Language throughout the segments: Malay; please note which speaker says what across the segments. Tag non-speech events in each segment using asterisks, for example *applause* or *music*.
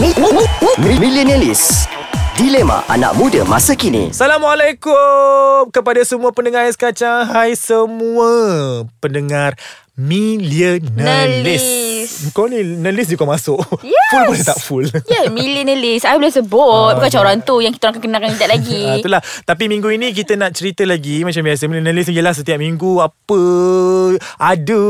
Speaker 1: Mi- mi- mi- mi- Millenialis Dilema anak muda masa kini
Speaker 2: Assalamualaikum kepada semua pendengar Ais Kacang. Hai semua pendengar Millenialis.
Speaker 3: Nalis.
Speaker 2: Kau ni Nalis je kau masuk. Yes. Full boleh tak
Speaker 3: *laughs*
Speaker 2: full?
Speaker 3: Ya, yeah, millenialis. I boleh sebut. Bukan macam orang tu yang kita orang akan kenalkan sekejap lagi.
Speaker 2: ya. Ah, itulah. Tapi minggu ini kita nak cerita lagi macam biasa. Millenialis ni jelas lah setiap minggu apa ada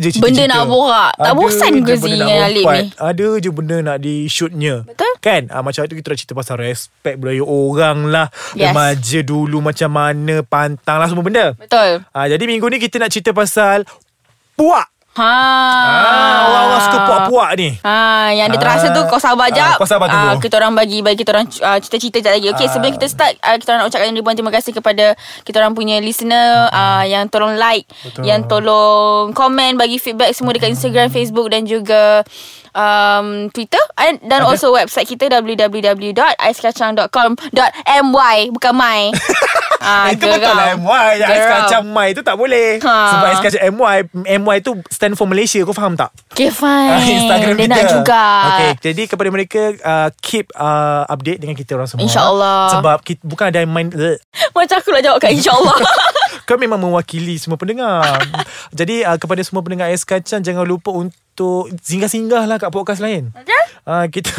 Speaker 2: je cerita-cerita.
Speaker 3: Benda nak borak. Tak
Speaker 2: Ada
Speaker 3: bosan
Speaker 2: je
Speaker 3: ke
Speaker 2: benda
Speaker 3: Zee
Speaker 2: nak
Speaker 3: dengan Alip
Speaker 2: umpat.
Speaker 3: ni?
Speaker 2: Ada je benda nak di-shootnya.
Speaker 3: Betul.
Speaker 2: Kan? Ah, macam tu kita nak cerita pasal respect budaya orang lah.
Speaker 3: Yes.
Speaker 2: Remaja dulu macam mana, pantang lah semua benda.
Speaker 3: Betul.
Speaker 2: Ah, jadi minggu ni kita nak cerita pasal puak.
Speaker 3: Ha.
Speaker 2: Ah, orang-orang suka puak-puak ni.
Speaker 3: Ha, yang dia terasa
Speaker 2: Ah.
Speaker 3: tu kau
Speaker 2: Ah,
Speaker 3: sabar jap.
Speaker 2: kau sabar
Speaker 3: Ah,
Speaker 2: tunggu.
Speaker 3: kita orang bagi bagi kita orang uh, cerita-cerita jap lagi. Okey,
Speaker 2: Ah.
Speaker 3: sebelum kita start, uh, kita orang nak ucapkan ribuan terima kasih kepada kita orang punya listener uh, yang tolong like,
Speaker 2: Ah. Betul.
Speaker 3: yang tolong komen, bagi feedback semua dekat Instagram, Facebook dan juga um, Twitter and, dan
Speaker 2: Ada.
Speaker 3: also website kita www.aiskacang.com.my bukan my.
Speaker 2: *laughs*
Speaker 3: Ah,
Speaker 2: Itu betul lah MY Yang ais
Speaker 3: Geram.
Speaker 2: kacang MY tu tak boleh
Speaker 3: Ha.
Speaker 2: Sebab ais kacang MY MY tu stand for Malaysia Kau faham tak?
Speaker 3: Okay fine
Speaker 2: *laughs* Ah, Instagram
Speaker 3: Eh, Dia
Speaker 2: kita
Speaker 3: nak juga
Speaker 2: okay, Jadi kepada mereka uh, Keep uh, update dengan kita orang semua
Speaker 3: InsyaAllah.
Speaker 2: Sebab kita, bukan ada yang main uh,
Speaker 3: *laughs* Macam aku nak jawab kat insyaAllah
Speaker 2: *laughs* Kau memang mewakili semua
Speaker 3: *laughs*
Speaker 2: pendengar Jadi uh, kepada semua pendengar Ais Kacang Jangan lupa untuk Singgah-singgah lah kat podcast lain uh, Kita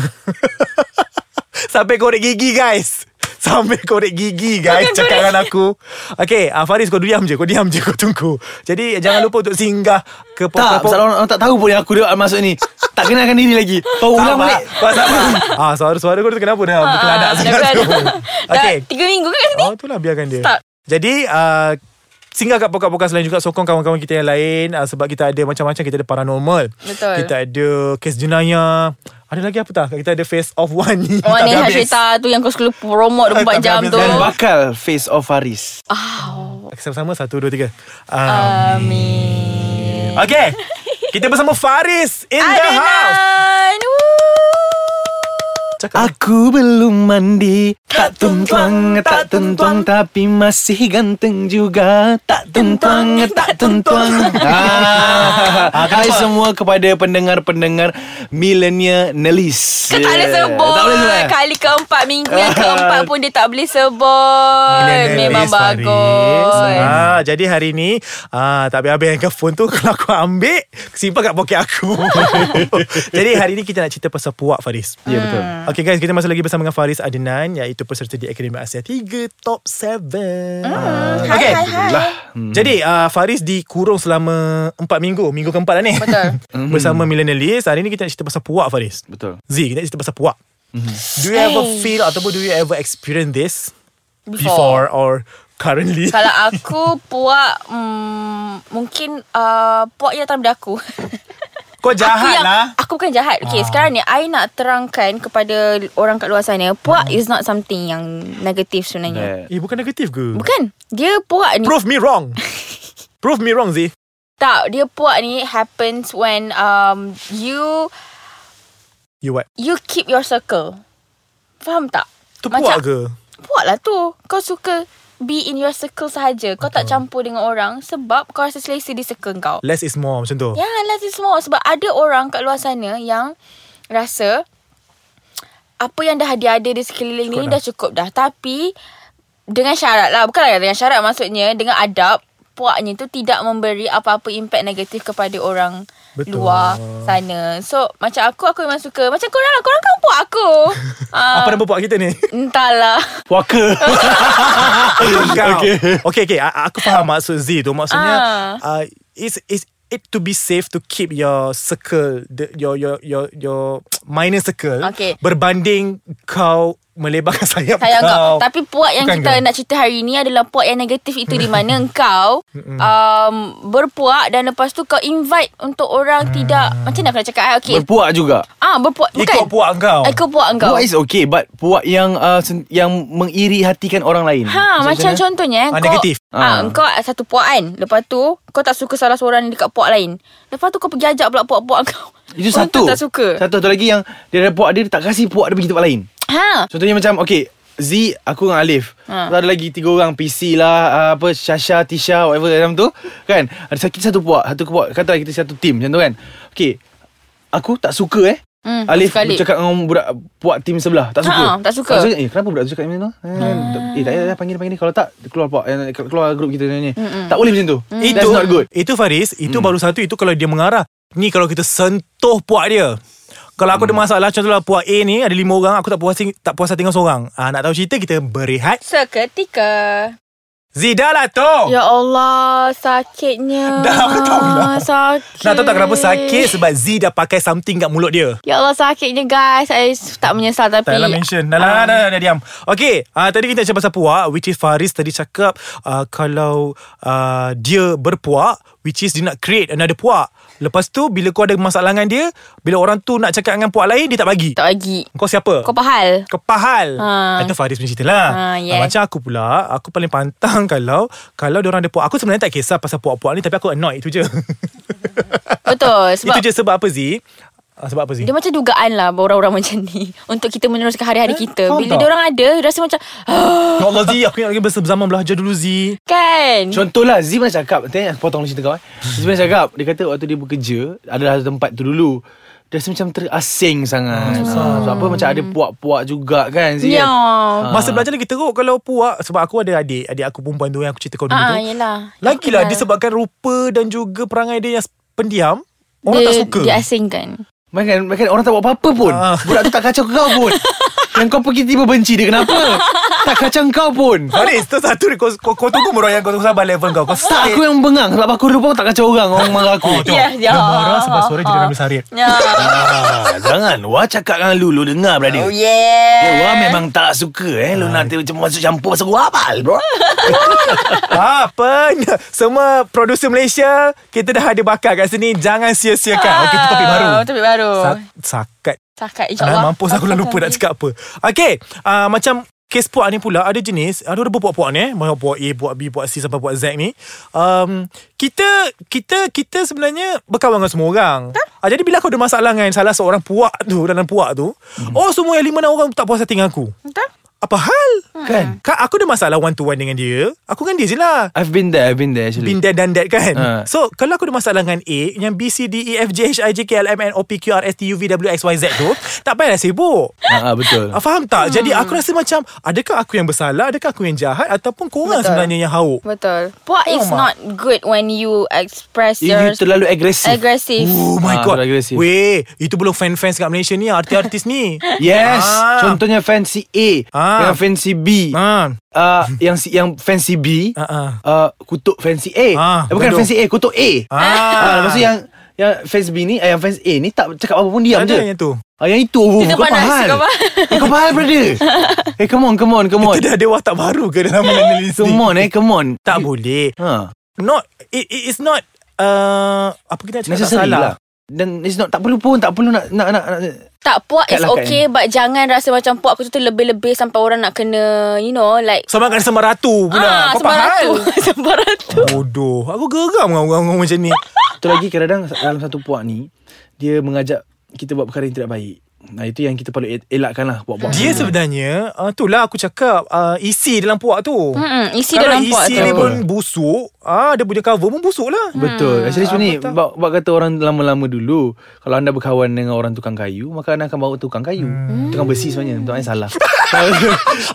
Speaker 2: *laughs* Sampai korek gigi guys Sampai korek gigi guys
Speaker 3: Bukan
Speaker 2: Cakap
Speaker 3: korek.
Speaker 2: dengan aku Okay uh, Faris kau diam je Kau diam je kau tunggu
Speaker 3: Eh.
Speaker 2: Jadi jangan lupa untuk singgah Ke
Speaker 4: Tak,
Speaker 2: podcast
Speaker 4: pasal orang, orang tak tahu pun yang aku dia masuk ni. tak kenalkan diri lagi. Kau ulang
Speaker 2: Sabar.
Speaker 4: balik.
Speaker 2: Kau sabar. ah, suara-suara kau tu kenapa dah berkeladak sangat tu? *laughs*
Speaker 3: Ah, *laughs* Dah
Speaker 2: Okay.
Speaker 3: tiga minggu kan kat sini
Speaker 2: Oh, itulah biarkan dia.
Speaker 3: Start.
Speaker 2: Jadi, uh, Singgah kat pokok-pokok lain juga Sokong kawan-kawan kita yang lain uh, Sebab kita ada macam-macam Kita ada paranormal
Speaker 3: Betul.
Speaker 2: Kita ada kes jenayah Ada lagi apa tak? Kita ada face of one *laughs* ni
Speaker 3: Oh
Speaker 2: Tak
Speaker 3: ni
Speaker 2: habis. Oh,
Speaker 3: cerita tu yang kau selalu promote 24
Speaker 2: Tak
Speaker 3: jam
Speaker 2: habis
Speaker 3: tu
Speaker 4: Dan bakal face of Faris.
Speaker 2: Sama-sama Satu, dua, tiga uh,
Speaker 3: Amin
Speaker 2: Okay Kita bersama Faris In the house
Speaker 3: Adenan
Speaker 2: Cakap
Speaker 4: Aku belum mandi Tak tuntuang, tak tuntuang Tapi masih ganteng juga Tak tuntuang, eh, tak tuntuang *laughs* ah, Hai semua kepada pendengar-pendengar Millenia Nelis
Speaker 3: Kau tak boleh sebut
Speaker 4: Tak boleh
Speaker 2: lah.
Speaker 4: sebut eh?
Speaker 3: Kali keempat minggu Yang
Speaker 2: *laughs*
Speaker 3: keempat pun Dia tak boleh sebut
Speaker 2: Millionaire
Speaker 3: Memang
Speaker 2: Faris Faris.
Speaker 3: bagus
Speaker 2: Ah, jadi hari ni ah, Tak habis-habis dengan phone tu *laughs* Kalau aku ambil Simpan kat poket aku *laughs* Jadi hari ni kita nak cerita pasal puak Faris
Speaker 4: Ya betul
Speaker 2: Okay guys, kita masih lagi bersama dengan Faris Adnan Iaitu peserta di Akademi Asia 3 Top 7 mm. Okay, hai, hai.
Speaker 4: Lah
Speaker 2: jadi uh, Faris dikurung selama 4 minggu Minggu keempat lah ni
Speaker 3: Betul
Speaker 2: Bersama Millenialis Hari ni kita nak cerita pasal puak Faris
Speaker 4: Betul
Speaker 2: Z, kita nak cerita pasal puak Do you ever feel Ataupun do you ever experience this Before, or currently
Speaker 3: Kalau aku puak mm, Mungkin uh, Puak yang dalam daku
Speaker 2: *laughs* Kau
Speaker 3: aku
Speaker 2: jahat
Speaker 3: yang,
Speaker 2: lah
Speaker 3: Aku bukan jahat Okay
Speaker 2: Ah.
Speaker 3: sekarang ni I nak terangkan Kepada orang kat luar sana
Speaker 2: Hmm.
Speaker 3: Puak is not something yang Negatif sebenarnya
Speaker 4: Eh,
Speaker 2: Eh bukan negatif ke
Speaker 3: Bukan Kan? Dia puak ni
Speaker 2: Prove me
Speaker 3: *laughs*
Speaker 2: wrong Prove me wrong Z
Speaker 3: Tak Dia puak ni Happens when um, You
Speaker 2: You what
Speaker 3: You keep your circle Faham tak?
Speaker 2: Tu puak ke
Speaker 3: Puak lah tu Kau suka Be in your circle sahaja Kau tak campur dengan orang Sebab kau rasa selesa di circle kau
Speaker 2: Less is more macam tu
Speaker 3: Ya, less is more. Sebab ada orang kat luar sana yang rasa apa yang dah dia ada di sekeliling
Speaker 2: Cukup
Speaker 3: ni
Speaker 2: dah.
Speaker 3: dah cukup dah. Tapi dengan syarat lah. Bukanlah dengan syarat maksudnya. Dengan adab, puaknya tu tidak memberi apa-apa impact negatif kepada orang
Speaker 2: Betul.
Speaker 3: luar sana. So, macam aku, aku memang suka. Macam korang lah. Korang kan puak
Speaker 2: *laughs*
Speaker 3: aku. uh,
Speaker 2: Apa nama puak kita ni
Speaker 3: Entahlah.
Speaker 4: Puaka *laughs*
Speaker 2: okay. Oh, okay, okay. A- Aku faham maksud Z tu. Maksudnya,
Speaker 3: Ah.
Speaker 2: uh, is is it to be safe to keep your circle, the, your your your your minor circle
Speaker 3: Okay.
Speaker 2: berbanding kau melebarkan *laughs* sayap,
Speaker 3: Sayang
Speaker 2: kau.
Speaker 3: kau. Tapi puak yang
Speaker 2: Bukan
Speaker 3: kita
Speaker 2: kau.
Speaker 3: nak cerita hari ni adalah puak yang negatif itu di
Speaker 2: *laughs*
Speaker 3: mana engkau um, berpuak dan lepas tu kau invite untuk
Speaker 2: Ah.
Speaker 3: orang tidak macam mana aku nak cakap ah okey.
Speaker 4: *laughs* Berpuak juga
Speaker 3: ah berpuak bukan.
Speaker 2: ikut puak kau.
Speaker 3: Ikut puak engkau.
Speaker 4: Puak is okay But puak yang uh, sen- Yang mengiri hatikan orang lain
Speaker 3: Ha macam, contohnya eh,
Speaker 2: Ah,
Speaker 3: kau,
Speaker 2: negatif.
Speaker 4: Ah.
Speaker 3: Ah, engkau satu puak kan. Lepas tu kau tak suka salah seorang dekat puak lain. Lepas tu kau pergi ajak pula puak-puak kau.
Speaker 4: Itu
Speaker 3: Orang tu
Speaker 4: satu
Speaker 3: tak suka.
Speaker 4: Satu satu lagi yang Dia ada puak dia dia tak kasi puak dia pergi tempat lain
Speaker 3: Ha.
Speaker 4: Contohnya macam Okay Z Aku dengan Alif
Speaker 3: Ha.
Speaker 4: ha. Ada lagi tiga orang PC lah uh, Apa Shasha Tisha Whatever dalam tu Kan lah Ada sakit satu puak Satu puak Kata kita satu team Macam tu kan Okay Aku tak suka eh
Speaker 3: Hmm,
Speaker 4: Alif
Speaker 3: sekali.
Speaker 4: sekali. cakap dengan budak puak tim sebelah tak suka.
Speaker 3: Ha, tak suka.
Speaker 4: Tak suka. Eh kenapa budak tu cakap macam tu? Eh, tak- eh tak payah panggil panggil ni kalau tak keluar puak eh, keluar grup kita ni. Mm-mm. Tak boleh macam tu.
Speaker 2: Itu
Speaker 4: That's not good. Hmm.
Speaker 2: Itu Faris Itu baru satu Itu kalau dia mengarah Ni kalau kita sentuh puak dia kalau aku
Speaker 4: Hmm.
Speaker 2: ada masalah Contohlah puak A ni Ada lima orang Aku tak puas hati, tak puas hati dengan seorang ah, Nak tahu cerita Kita berehat
Speaker 3: Seketika.
Speaker 2: Zida lah tu
Speaker 3: Ya Allah, sakitnya.
Speaker 2: *laughs* Dah, aku tahu dah.
Speaker 3: Sakit.
Speaker 2: Nak tahu tak kenapa sakit Sebab Z dah pakai something Kat mulut dia
Speaker 3: Ya Allah, sakitnya guys. Saya tak menyesal tapi... Ah.
Speaker 2: Tak nak mention Dah lah dah, dah, dah diam Okay uh, Tadi kita cakap pasal puak Which is Faris tadi cakap uh, Kalau uh, Dia berpuak Which is dia nak create Another puak Lepas tu Bila kau ada masalah dengan dia Bila orang tu nak cakap dengan puak lain Dia tak bagi
Speaker 3: Tak bagi.
Speaker 2: Kau siapa?
Speaker 3: Kau
Speaker 2: Ah,
Speaker 3: pahal.
Speaker 2: Kepahal
Speaker 3: Ha.
Speaker 2: Itu Faris punya cerita lah
Speaker 3: Ha,
Speaker 2: Ah,
Speaker 3: yes.
Speaker 2: Macam aku pula Aku paling pantang *laughs* kalau Kalau diorang ada puak Aku sebenarnya tak kisah pasal puak-puak ni Tapi aku annoyed itu je *laughs*
Speaker 3: Betul. Sebab
Speaker 2: Itu je sebab apa Z Ah, Sebab apa Z
Speaker 3: Dia macam dugaan lah Orang-orang *laughs* macam ni Untuk kita meneruskan hari-hari
Speaker 2: Eh,
Speaker 3: kita
Speaker 2: faham
Speaker 3: Bila
Speaker 2: tak?
Speaker 3: dia orang ada Rasa macam *gasps* "Ah,"
Speaker 2: Ya Allah Z Aku ingat lagi bersama belajar dulu Z
Speaker 3: Kan
Speaker 4: Contohlah Zee pernah cakap Tanya aku potong dulu cerita kau eh. Zee pernah cakap Dia kata waktu dia bekerja Adalah satu tempat tu dulu Dia rasa macam terasing sangat hmm. Sebab apa macam ada puak-puak juga kan Zee
Speaker 3: Ya
Speaker 4: kan?
Speaker 2: Masa belajar lagi teruk Kalau puak Sebab aku ada adik Adik aku perempuan tu Yang aku cerita kau dulu
Speaker 3: Ah,
Speaker 2: tu
Speaker 3: yelah.
Speaker 2: Lagilah
Speaker 3: Aku kenal.
Speaker 2: disebabkan rupa Dan juga perangai dia yang pendiam Orang
Speaker 3: dia,
Speaker 2: tak suka
Speaker 3: Dia asingkan
Speaker 4: Makan, makan kan, orang tak buat apa-apa pun
Speaker 2: Ah.
Speaker 4: Budak tu tak kacau kau
Speaker 2: *laughs*
Speaker 4: pun Yang kau pergi tiba benci dia kenapa Tak kacau kau pun
Speaker 2: Faris tu satu ni, kau, kau, kau tunggu orang yang kau tunggu sabar level kau Kau
Speaker 4: Tak aku yang bengang Sebab aku rupa aku tak kacau orang Orang marah aku
Speaker 2: Oh, tengok.
Speaker 3: Ya, *laughs* ya.
Speaker 2: Dia marah sebab suara jadi Ramli Sarit
Speaker 3: Ya
Speaker 4: ah, Jangan Wah cakap dengan Lulu Dengar brother
Speaker 3: Oh
Speaker 4: Eh,
Speaker 3: yeah
Speaker 4: Wah memang tak suka eh Lu nanti macam masuk campur Pasal gua apal bro
Speaker 2: *laughs* Apa Semua produser Malaysia Kita dah ada bakar kat sini Jangan sia-siakan Ah, Okey tu topik baru
Speaker 3: Ah, Topik baru
Speaker 2: Sa- Sakat
Speaker 3: Sakat
Speaker 2: Alah,
Speaker 3: insyaAllah
Speaker 2: Mampus aku dah lupa nak cakap apa Okay uh, Macam Kes puak ni pula Ada jenis Ada orang berpuak-puak ni eh. Banyak Puak A, puak B, puak C Sampai puak Z ni um, Kita Kita Kita sebenarnya Berkawan dengan semua orang ah, Jadi bila aku ada masalah Dengan salah seorang puak tu Dalam puak tu Oh semua elemen orang Tak puas hati dengan aku
Speaker 3: Entah.
Speaker 2: Apa hal Kan Kan aku ada masalah One to one dengan dia Aku dengan dia je lah
Speaker 4: I've been there I've been there actually
Speaker 2: Been there done that kan
Speaker 4: Ha.
Speaker 2: So kalau aku ada masalah dengan A Yang B, C, D, E, F, G, H, I, J, K, L, M, N, O, P, Q, R, S, T, U, V, W, X, Y, Z tu Tak payah sibuk
Speaker 4: Ah, ah, betul.
Speaker 2: Ah, Faham tak?
Speaker 4: Hmm.
Speaker 2: Jadi aku rasa macam Adakah aku yang bersalah Adakah aku yang jahat Ataupun korang
Speaker 3: Betul.
Speaker 2: sebenarnya yang hauk
Speaker 3: Betul Puak
Speaker 2: Oh,
Speaker 3: is
Speaker 2: Mak.
Speaker 3: not good When you express
Speaker 4: If you
Speaker 3: your
Speaker 4: terlalu agresif.
Speaker 3: Aggressive
Speaker 2: Oh my
Speaker 4: Ah,
Speaker 2: god
Speaker 4: terlalu agresif.
Speaker 2: Weh Itu belum fan-fans kat Malaysia ni ah, Artis-artis ni
Speaker 4: Yes.
Speaker 2: Ah.
Speaker 4: Contohnya fancy A
Speaker 2: Ah.
Speaker 4: dengan fancy B. Ah.
Speaker 2: ha.
Speaker 4: Uh, yang si, yang fancy B
Speaker 2: Ah, ah.
Speaker 4: uh, kutuk fancy A.
Speaker 2: Ah,
Speaker 4: eh, bukan
Speaker 2: bodoh.
Speaker 4: fancy A, kutuk A.
Speaker 2: Ah.
Speaker 4: Ah, lepas tu yang yang fancy B ni, eh, yang fancy A ni tak cakap apa pun diam
Speaker 2: Ada
Speaker 4: je.
Speaker 2: yang tu
Speaker 4: Ah, yang itu oh,
Speaker 3: Kita
Speaker 4: kau
Speaker 3: panas,
Speaker 4: faham.
Speaker 3: kau faham.
Speaker 4: eh, kau faham
Speaker 3: *laughs*
Speaker 4: brother. eh come on, come on, come on.
Speaker 2: Kita dah ada watak baru ke
Speaker 4: *laughs*
Speaker 2: Dalam analisis
Speaker 4: Come on eh, come on.
Speaker 2: Tak boleh
Speaker 4: Ha.
Speaker 2: Not it, it is not uh, Apa kita nak cakap tak
Speaker 4: Necessary
Speaker 2: salah
Speaker 4: lah. Dan it's not tak perlu pun, tak perlu nak nak nak, nak
Speaker 3: Tak puak is
Speaker 4: Kat langkat
Speaker 3: okay But jangan rasa macam puak Aku tu lebih-lebih Sampai orang nak kena You know like
Speaker 2: Sama kan sama ratu
Speaker 3: Ah,
Speaker 2: pula Kau
Speaker 3: sebab
Speaker 2: faham
Speaker 3: *laughs* ratu Sebab ratu
Speaker 2: Bodoh Aku geram dengan orang-orang macam
Speaker 3: *laughs*
Speaker 2: ni
Speaker 4: Satu lagi kadang-kadang dalam satu puak ni Dia mengajak kita buat perkara yang tidak baik Nah itu yang kita perlu el- elakkan lah puak-puak
Speaker 2: Dia
Speaker 4: macam ni.
Speaker 2: sebenarnya uh, Itulah aku cakap uh, Isi dalam puak tu
Speaker 3: Mm-mm, Isi
Speaker 2: Kalau
Speaker 3: dalam puak
Speaker 2: isi
Speaker 3: tu Mm.
Speaker 2: ni pun busuk ah Dia punya cover pun busuk lah
Speaker 4: Betul hmm, Actually sebenarnya
Speaker 2: tahu.
Speaker 4: bak, bak kata orang lama-lama dulu Kalau anda berkawan dengan orang tukang kayu Maka anda akan bawa tukang kayu hmm. Tukang besi sebenarnya Untuk anda salah *laughs*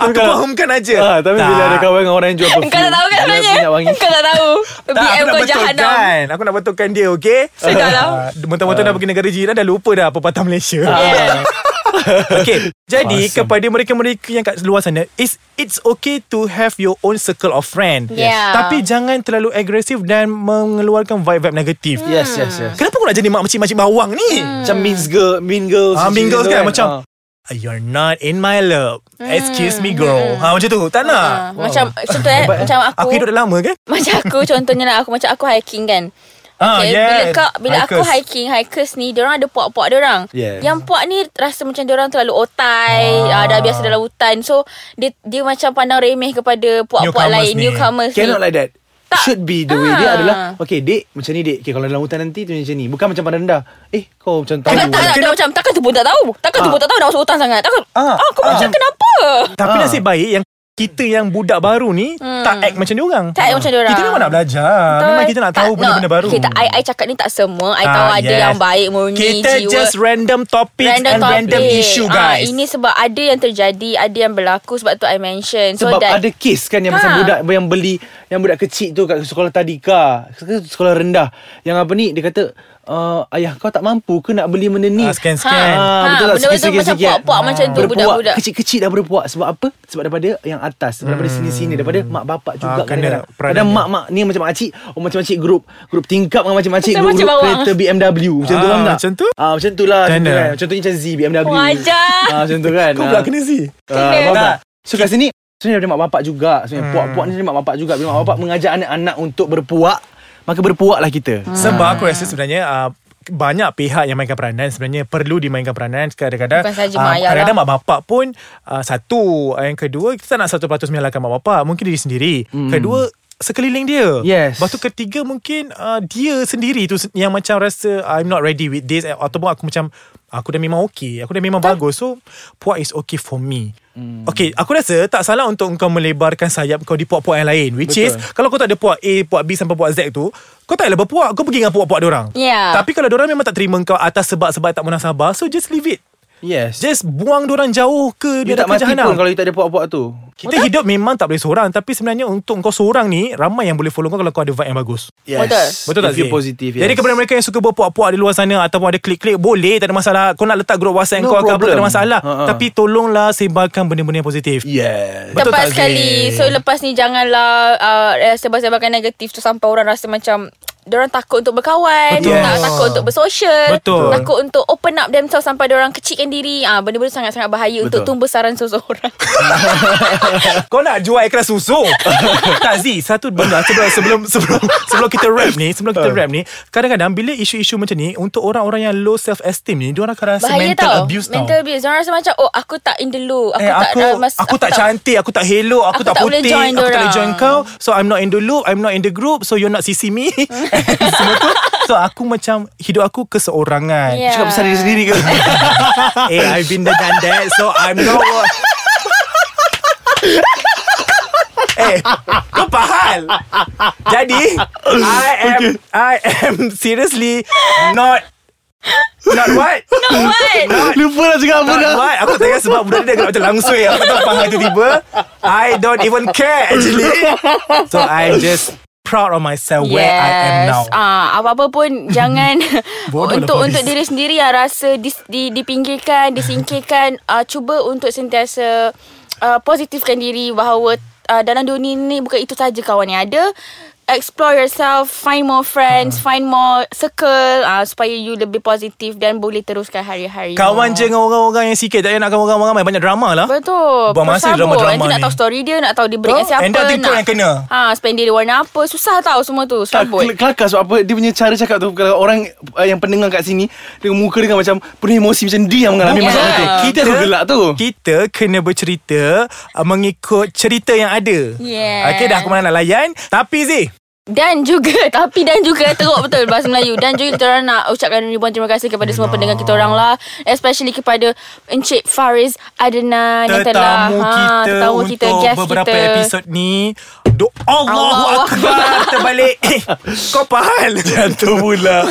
Speaker 2: Aku fahamkan aja
Speaker 4: ah, Tapi tak. bila ada kawan dengan orang yang jual perfume
Speaker 3: Engkau tak tahu kan
Speaker 4: dia
Speaker 3: sebenarnya
Speaker 4: punya wangi.
Speaker 3: Engkau tak tahu
Speaker 2: tak,
Speaker 3: BM
Speaker 2: aku nak
Speaker 3: kau jahanam lah.
Speaker 2: betulkan Aku nak betulkan dia okay
Speaker 3: Sudahlah.
Speaker 2: Ah, Mentang-mentang dah pergi negara jiran Dah lupa dah Pepatah Malaysia
Speaker 3: Yeah.
Speaker 2: *laughs* Okay Jadi
Speaker 4: Awesome.
Speaker 2: kepada mereka-mereka Yang kat luar sana It's, it's okay to have Your own circle of friend
Speaker 3: Yeah.
Speaker 2: Tapi jangan terlalu agresif Dan mengeluarkan vibe-vibe negatif
Speaker 3: Hmm.
Speaker 4: Yes yes yes
Speaker 2: Kenapa kau nak jadi Mak macik-makcik bawang ni
Speaker 4: Macam mean girl Mean girls
Speaker 2: Ah, mean
Speaker 4: macam
Speaker 2: girls
Speaker 4: tu
Speaker 2: kan, macam-
Speaker 4: Ah.
Speaker 2: You're not in my love Excuse me girl ha, Macam tu Tak nak
Speaker 3: Hmm. Ah, Macam contoh eh, Macam aku
Speaker 2: Aku hidup dah lama kan
Speaker 3: Macam aku contohnya lah aku, Macam aku hiking kan
Speaker 2: Ah,
Speaker 3: Okay,
Speaker 2: yes.
Speaker 3: Bila kau Bila aku
Speaker 2: Hikers.
Speaker 3: hiking Hikers ni Diorang ada puak-puak diorang
Speaker 4: Yes.
Speaker 3: Yang puak ni Rasa macam diorang terlalu otai ah. Dah biasa dalam hutan So Dia dia macam pandang remeh Kepada puak-puak
Speaker 2: Newcomers
Speaker 3: lain
Speaker 2: ni.
Speaker 3: Newcomers ni
Speaker 4: Cannot like that
Speaker 3: Tak.
Speaker 4: Should be the way dia
Speaker 3: Ah.
Speaker 4: adalah Okay dek macam ni dek okay, Kalau dalam hutan nanti tu macam ni Bukan macam pandang rendah Eh kau macam tahu
Speaker 3: Takkan tak, tak, dia macam Takkan tu pun tak tahu Takkan tu
Speaker 4: Ah.
Speaker 3: pun tak tahu Nak masuk hutan sangat Takkan
Speaker 2: Ah,
Speaker 3: ah, Kau macam kenapa
Speaker 2: Tapi
Speaker 4: Ah.
Speaker 2: nasib baik yang kita yang budak baru ni hmm. tak act macam diorang.
Speaker 3: Tak act macam diorang.
Speaker 2: Kita memang nak belajar.
Speaker 3: Betul.
Speaker 2: Ah, Memang kita nak tahu benda-benda baru.
Speaker 3: Kita, I, I cakap ni tak semua. I tahu
Speaker 2: Ah,
Speaker 3: ada
Speaker 2: yes.
Speaker 3: yang baik murni
Speaker 2: Kita
Speaker 3: jiwa.
Speaker 2: just random topics random and topic. random issue guys.
Speaker 3: Ah, ini sebab ada yang terjadi, ada yang berlaku sebab tu I mention. So
Speaker 4: Sebab
Speaker 3: that,
Speaker 4: ada kes kan yang pasal
Speaker 3: Ha.
Speaker 4: budak yang beli yang budak kecil tu kat sekolah tadika, sekolah- sekolah rendah. Yang apa ni dia kata uh, ayah kau tak mampu ke nak beli benda ni?
Speaker 2: Ah, scan-scan.
Speaker 3: Ha,
Speaker 4: Ha, betul tak?
Speaker 3: benda-benda
Speaker 4: Sikit-sikit,
Speaker 3: macam
Speaker 4: sikit.
Speaker 3: puak-puak macam tu,
Speaker 4: Berpuak.
Speaker 3: budak-budak.
Speaker 4: Kecil-kecil dah berpuak Sebab apa? Sebab daripada yang atas Daripada sini-sini Daripada mak bapak juga
Speaker 2: Hmm. Ah, kena
Speaker 4: kadang-kadang
Speaker 2: peranan
Speaker 4: Kadang
Speaker 2: dia.
Speaker 4: mak-mak ni macam makcik Oh macam makcik grup Grup tingkap dengan macam makcik
Speaker 3: Macam
Speaker 4: Grup,
Speaker 3: makcik
Speaker 4: grup
Speaker 3: bawah.
Speaker 4: kereta BMW Macam tu
Speaker 2: Ah,
Speaker 4: faham tak?
Speaker 2: macam tu?
Speaker 4: Ah, macam tu lah
Speaker 2: Macam
Speaker 4: Macam tu
Speaker 2: mana?
Speaker 4: kan Contohnya macam Z BMW
Speaker 3: Wajar.
Speaker 4: Ah, Macam tu kan
Speaker 2: Kau
Speaker 4: Ah.
Speaker 2: pula kena Z.
Speaker 4: Ah,
Speaker 3: Kena.
Speaker 4: faham
Speaker 2: Tak.
Speaker 4: tak? So kat sini Sebenarnya daripada mak bapak juga Sebenarnya hmm. puak-puak ni dari mak bapak juga Bila mak bapak mengajar anak-anak untuk berpuak Maka berpuaklah kita hmm.
Speaker 2: Sebab aku rasa sebenarnya uh, banyak pihak yang mainkan peranan sebenarnya perlu dimainkan peranan kadang-kadang
Speaker 3: Bukan saja
Speaker 2: ah,
Speaker 3: mak ayah
Speaker 2: kadang-kadang
Speaker 3: lah.
Speaker 2: mak bapak pun uh, satu yang kedua kita tak nak satu peratus menyalahkan mak bapak mungkin diri sendiri kedua sekeliling dia
Speaker 4: Yes.
Speaker 2: lepas tu ketiga mungkin uh, dia sendiri tu se- yang macam rasa I'm not ready with this eh, ataupun aku macam aku dah memang okay aku dah memang bagus so puak is okay for me
Speaker 4: Hmm.
Speaker 2: Okay aku rasa tak salah untuk kau melebarkan sayap kau di puak-puak yang lain which
Speaker 4: Betul.
Speaker 2: is kalau kau tak ada puak A, puak B sampai puak Z tu Kau tak payah berpuak Kau pergi dengan puak-puak orang.
Speaker 3: Yeah.
Speaker 2: Tapi kalau orang memang tak terima kau Atas sebab-sebab tak munasabah So just leave it
Speaker 4: Yes
Speaker 2: Just buang orang jauh ke
Speaker 4: You
Speaker 2: neraka
Speaker 4: tak mati
Speaker 2: jahanam.
Speaker 4: pun kalau you tak ada puak-puak tu
Speaker 2: Kita hidup memang tak boleh seorang Tapi sebenarnya untuk kau seorang ni Ramai yang boleh follow kau Kalau kau ada vibe yang bagus
Speaker 4: Yes
Speaker 3: Betul.
Speaker 2: Betul tak
Speaker 4: If
Speaker 2: Zee?
Speaker 4: you positive yes.
Speaker 2: Jadi kepada mereka yang suka berpuak-puak Di luar sana Ataupun ada klik-klik Boleh tak ada masalah Kau nak letak grup whatsapp
Speaker 4: No
Speaker 2: kau ke apa Tak ada
Speaker 4: problem. Ya.
Speaker 2: masalah
Speaker 4: Ha, ha.
Speaker 2: Tapi tolonglah Sebarkan benda-benda yang positif
Speaker 4: Yes
Speaker 2: Betul
Speaker 3: Tepat
Speaker 2: tak,
Speaker 3: sekali
Speaker 2: Zee?
Speaker 3: So lepas ni janganlah uh, Sebar-sebarkan negatif tu Sampai orang rasa macam Diorang takut untuk berkawan
Speaker 2: Betul.
Speaker 3: tak,
Speaker 2: Yes.
Speaker 3: Takut untuk bersosial
Speaker 2: Betul.
Speaker 3: Takut untuk open up themselves Sampai diorang kecilkan diri ah, Benda-benda sangat-sangat bahaya Untuk
Speaker 4: Betul.
Speaker 3: tumbuh saran
Speaker 2: *laughs*
Speaker 3: seseorang
Speaker 2: *laughs* Kau nak jual ikhlas
Speaker 4: *laughs*
Speaker 2: susu Tak Zee Satu benda sebelum, sebelum, sebelum Sebelum kita rap ni Sebelum
Speaker 4: Ha.
Speaker 2: kita rap ni Kadang-kadang bila isu-isu macam ni Untuk orang-orang yang low self-esteem ni Diorang akan rasa
Speaker 3: Bahaya
Speaker 2: mental
Speaker 3: tau
Speaker 2: abuse tau
Speaker 3: Mental abuse Diorang rasa macam Oh aku tak in the loop
Speaker 2: Eh,
Speaker 3: Aku tak
Speaker 2: aku,
Speaker 3: dalam masa-
Speaker 2: aku tak cantik Aku tak hello Aku,
Speaker 3: Aku tak boleh
Speaker 2: putih
Speaker 3: join
Speaker 2: Aku tak boleh join
Speaker 3: diorang.
Speaker 2: kau So I'm not in the loop I'm not in the group So you're not CC me *laughs* Semua tu So aku macam Hidup aku keseorangan
Speaker 3: Yeah.
Speaker 4: Cakap besar diri sendiri ke?
Speaker 2: Eh,
Speaker 3: Ha.
Speaker 2: I've been there done that, so I'm not. wa- *laughs* eh, kau pahal. Jadi, I am, I am seriously not, not what?
Speaker 3: *laughs*
Speaker 2: *laughs*
Speaker 3: What?
Speaker 4: Lupa lah cakap apa dah
Speaker 2: Not what? Aku tengah sebab budak ni dia gerak macam langsung ya. Aku tak faham tiba-tiba. I don't even care actually. So, I just proud of myself where I am now.
Speaker 3: Ah, apa-apa
Speaker 2: *laughs*
Speaker 3: pun jangan
Speaker 2: Bodoh lah
Speaker 3: untuk
Speaker 2: polis.
Speaker 3: untuk diri sendiri yang rasa dis, di, dipinggirkan, disingkirkan, ah, cuba untuk sentiasa ah, positifkan diri bahawa ah, dalam dunia ni bukan itu saja kawan yang ada. Explore yourself, find more friends,
Speaker 2: Ha.
Speaker 3: find more circle ah, supaya you lebih positif dan boleh teruskan hari-hari.
Speaker 2: Kawan je dengan orang-orang yang sikit. Tak payah nak kawan orang ramai. Banyak drama lah.
Speaker 3: Betul
Speaker 2: Buang masa
Speaker 3: Bersambung.
Speaker 2: drama-drama
Speaker 3: Nanti nak
Speaker 2: ni.
Speaker 3: tahu story dia Nak tahu dia break dengan
Speaker 2: Betul.
Speaker 3: siapa
Speaker 2: And nanti kau
Speaker 3: nak-
Speaker 2: yang kena.
Speaker 3: ha, Spend dia warna apa Susah tau semua tu Serabut
Speaker 4: Kel- Kelakar sebab apa Dia punya cara cakap tu Kalau orang uh, yang pendengar kat sini Dengan muka dengan macam Penuh emosi macam dia yang mengalami
Speaker 3: Bukan.
Speaker 4: masalah tu
Speaker 3: Yeah.
Speaker 4: Kita aku gelak tu
Speaker 2: Kita kena bercerita uh, mengikut cerita yang ada.
Speaker 3: Yeah.
Speaker 2: Okey dah aku mana nak layan. Tapi Zee,
Speaker 3: Dan juga *laughs* Tapi dan juga Teruk betul bahasa Melayu Dan juga kita orang nak Ucapkan ribuan terima kasih Kepada semua pendengar kita orang lah Especially kepada Encik Faris Adnan yang telah,
Speaker 2: tetamu
Speaker 3: ha,
Speaker 2: kita
Speaker 3: Tetamu
Speaker 2: untuk
Speaker 3: kita Guest
Speaker 2: beberapa
Speaker 3: kita
Speaker 2: episod ni do Allahu
Speaker 3: Allahu *laughs*
Speaker 2: Akbar terbalik. Eh, kau *laughs* pahal. Jatuh pula.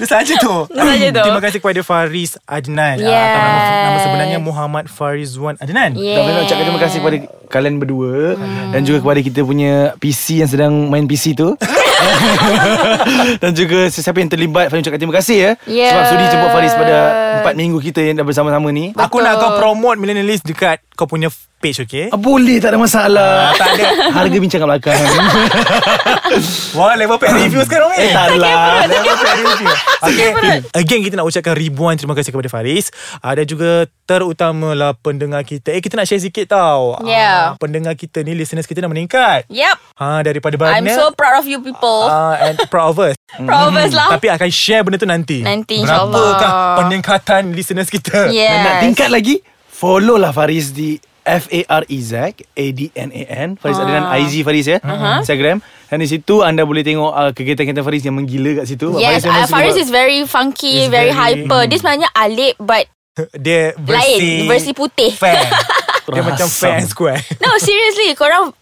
Speaker 2: Dia saja tu. Hmm.
Speaker 3: saja tu.
Speaker 2: Terima kasih kepada Faris Adnan. Ah, atau nama, nama sebenarnya Muhammad Farizwan Adnan.
Speaker 3: Yeah.
Speaker 4: Dan nak ucapkan terima kasih kepada kalian berdua Dan juga kepada kita punya PC yang sedang main PC *laughs* tu Dan juga sesiapa yang terlibat Fahim ucapkan terima kasih ya
Speaker 3: Yeah.
Speaker 4: Sebab sudi jemput Faris pada 4 minggu kita yang dah bersama-sama ni
Speaker 2: Aku nak kau promote millennialist dekat kau punya page okay?
Speaker 4: Ah, Boleh tak ada
Speaker 2: Ah,
Speaker 4: masalah
Speaker 2: tak ada.
Speaker 4: Harga bincang kat *laughs* belakang
Speaker 2: Wah, level pet review sekarang ni.
Speaker 4: Eh tak lah
Speaker 2: Level pet review. Okay. Again kita nak ucapkan ribuan terima kasih kepada Faris. Ada juga terutamalah pendengar kita. Eh kita nak share sikit tau.
Speaker 3: Yeah.
Speaker 2: Ah, pendengar kita ni listeners kita dah meningkat.
Speaker 3: Yep
Speaker 2: Ha daripada
Speaker 3: I'm
Speaker 2: banyak.
Speaker 3: so proud of you people
Speaker 2: Ah, and proud of us. Hmm.
Speaker 3: Proud of us
Speaker 4: mm-hmm.
Speaker 3: lah
Speaker 2: Tapi akan share benda tu nanti.
Speaker 3: Nanti, insyaAllah.
Speaker 2: Berapakah peningkatan listeners kita?
Speaker 4: Dan
Speaker 3: Yes
Speaker 4: nak tingkat lagi Follow lah Faris di F-A-R-E-Z A-D-N-A-N Faris
Speaker 3: Ah. Uh-huh.
Speaker 4: Adnan IG Faris ya Instagram Dan di situ anda boleh tengok uh, Kegiatan-kegiatan Faris yang menggila kat situ
Speaker 3: Yes, uh,
Speaker 4: memang suka
Speaker 3: Faris
Speaker 4: buat-
Speaker 3: is very funky,
Speaker 2: Is
Speaker 3: very,
Speaker 2: very-
Speaker 4: mm-hmm.
Speaker 3: hyper. Dia sebenarnya alip but
Speaker 2: *laughs* Dia versi
Speaker 3: *laughs* Lain, versi putih.
Speaker 2: Fair Dia macam fair and square
Speaker 3: No seriously Korang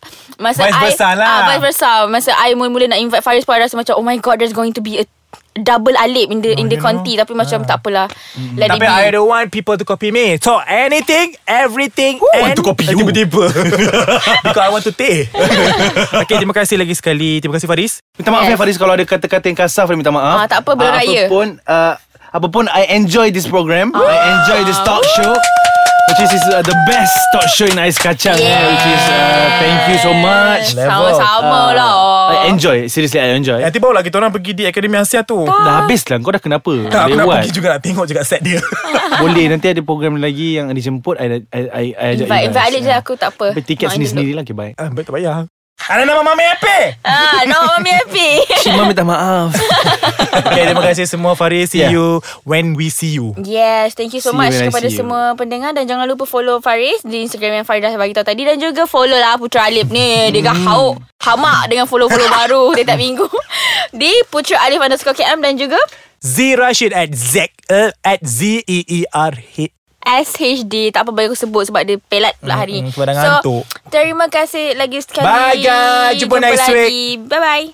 Speaker 2: Vice
Speaker 3: Masa I
Speaker 2: versa lah.
Speaker 3: ah, Vice versa Masa I mula-mula nak invite Faris Pun I rasa macam Oh my god There's going to be a Double alip In the
Speaker 2: Oh,
Speaker 3: in
Speaker 2: you
Speaker 3: the
Speaker 2: know.
Speaker 3: conti Tapi
Speaker 4: Ah.
Speaker 3: macam tak apalah Let it
Speaker 2: Tapi
Speaker 3: be
Speaker 2: I don't want people to copy me So anything Everything
Speaker 4: Who
Speaker 2: and
Speaker 4: want to copy you?
Speaker 2: Tiba-tiba Because I want to take Okay terima kasih lagi sekali Terima kasih Faris
Speaker 4: Minta maaf
Speaker 3: Yes.
Speaker 4: ya Faris kalau ada kata-kata yang kasar Faris minta maaf.
Speaker 3: Ah, tak apa, belum
Speaker 4: Ah,
Speaker 3: raya. Ah.
Speaker 4: Apapun uh, apapun I enjoy this program. I enjoy this talk show. Which is, is uh, the best talk show in Ais Kacang yeah. Which is uh, Thank you so much
Speaker 3: Yes, Eh, Sama-sama
Speaker 4: Ah,
Speaker 3: lah
Speaker 4: I enjoy Seriously I enjoy
Speaker 2: Nanti barulah kita orang pergi di Akademi Asia tu
Speaker 4: Dah habis lah Kau dah kenapa
Speaker 2: Tak aku
Speaker 4: Boleh
Speaker 2: nak
Speaker 4: buat.
Speaker 2: pergi juga Nak tengok juga set dia
Speaker 3: *laughs*
Speaker 4: Boleh nanti ada program lagi Yang dijemput I, I, I, I
Speaker 3: Invite,
Speaker 4: ajak you guys.
Speaker 3: invite alip je aku tak apa
Speaker 4: Tapi Tiket
Speaker 3: Mak
Speaker 4: sendiri-sendiri lah Okay bye
Speaker 2: Ah, Baik tak payah Ada nama Mami Epe
Speaker 3: duduk. Ah, no, Mami happy
Speaker 4: Cima minta maaf
Speaker 3: *laughs*
Speaker 2: Okay terima kasih semua Faris See
Speaker 4: Yeah.
Speaker 2: you When we see you
Speaker 3: Yes, thank you so
Speaker 4: See you
Speaker 3: much
Speaker 4: when I
Speaker 3: kepada
Speaker 4: see you.
Speaker 3: semua pendengar dan jangan lupa follow Faris di Instagram yang Faris dah bagi tahu tadi dan juga follow lah Putra Alif
Speaker 4: Hmm.
Speaker 3: ni. Dia kan hauk hamak dengan follow-follow
Speaker 4: *laughs*
Speaker 3: baru setiap minggu *laughs* di Putra Alif underscore KM dan juga
Speaker 2: Z Rashid at Z uh, at Z E E R H
Speaker 3: SHD tak apa boleh aku sebut sebab dia pelat pula
Speaker 4: Hmm,
Speaker 3: hari ni.
Speaker 2: Mm-mm, sebab dah ngantuk.
Speaker 3: terima kasih lagi sekali.
Speaker 2: Bye, guys. Jumpa next
Speaker 3: lagi. Bye bye.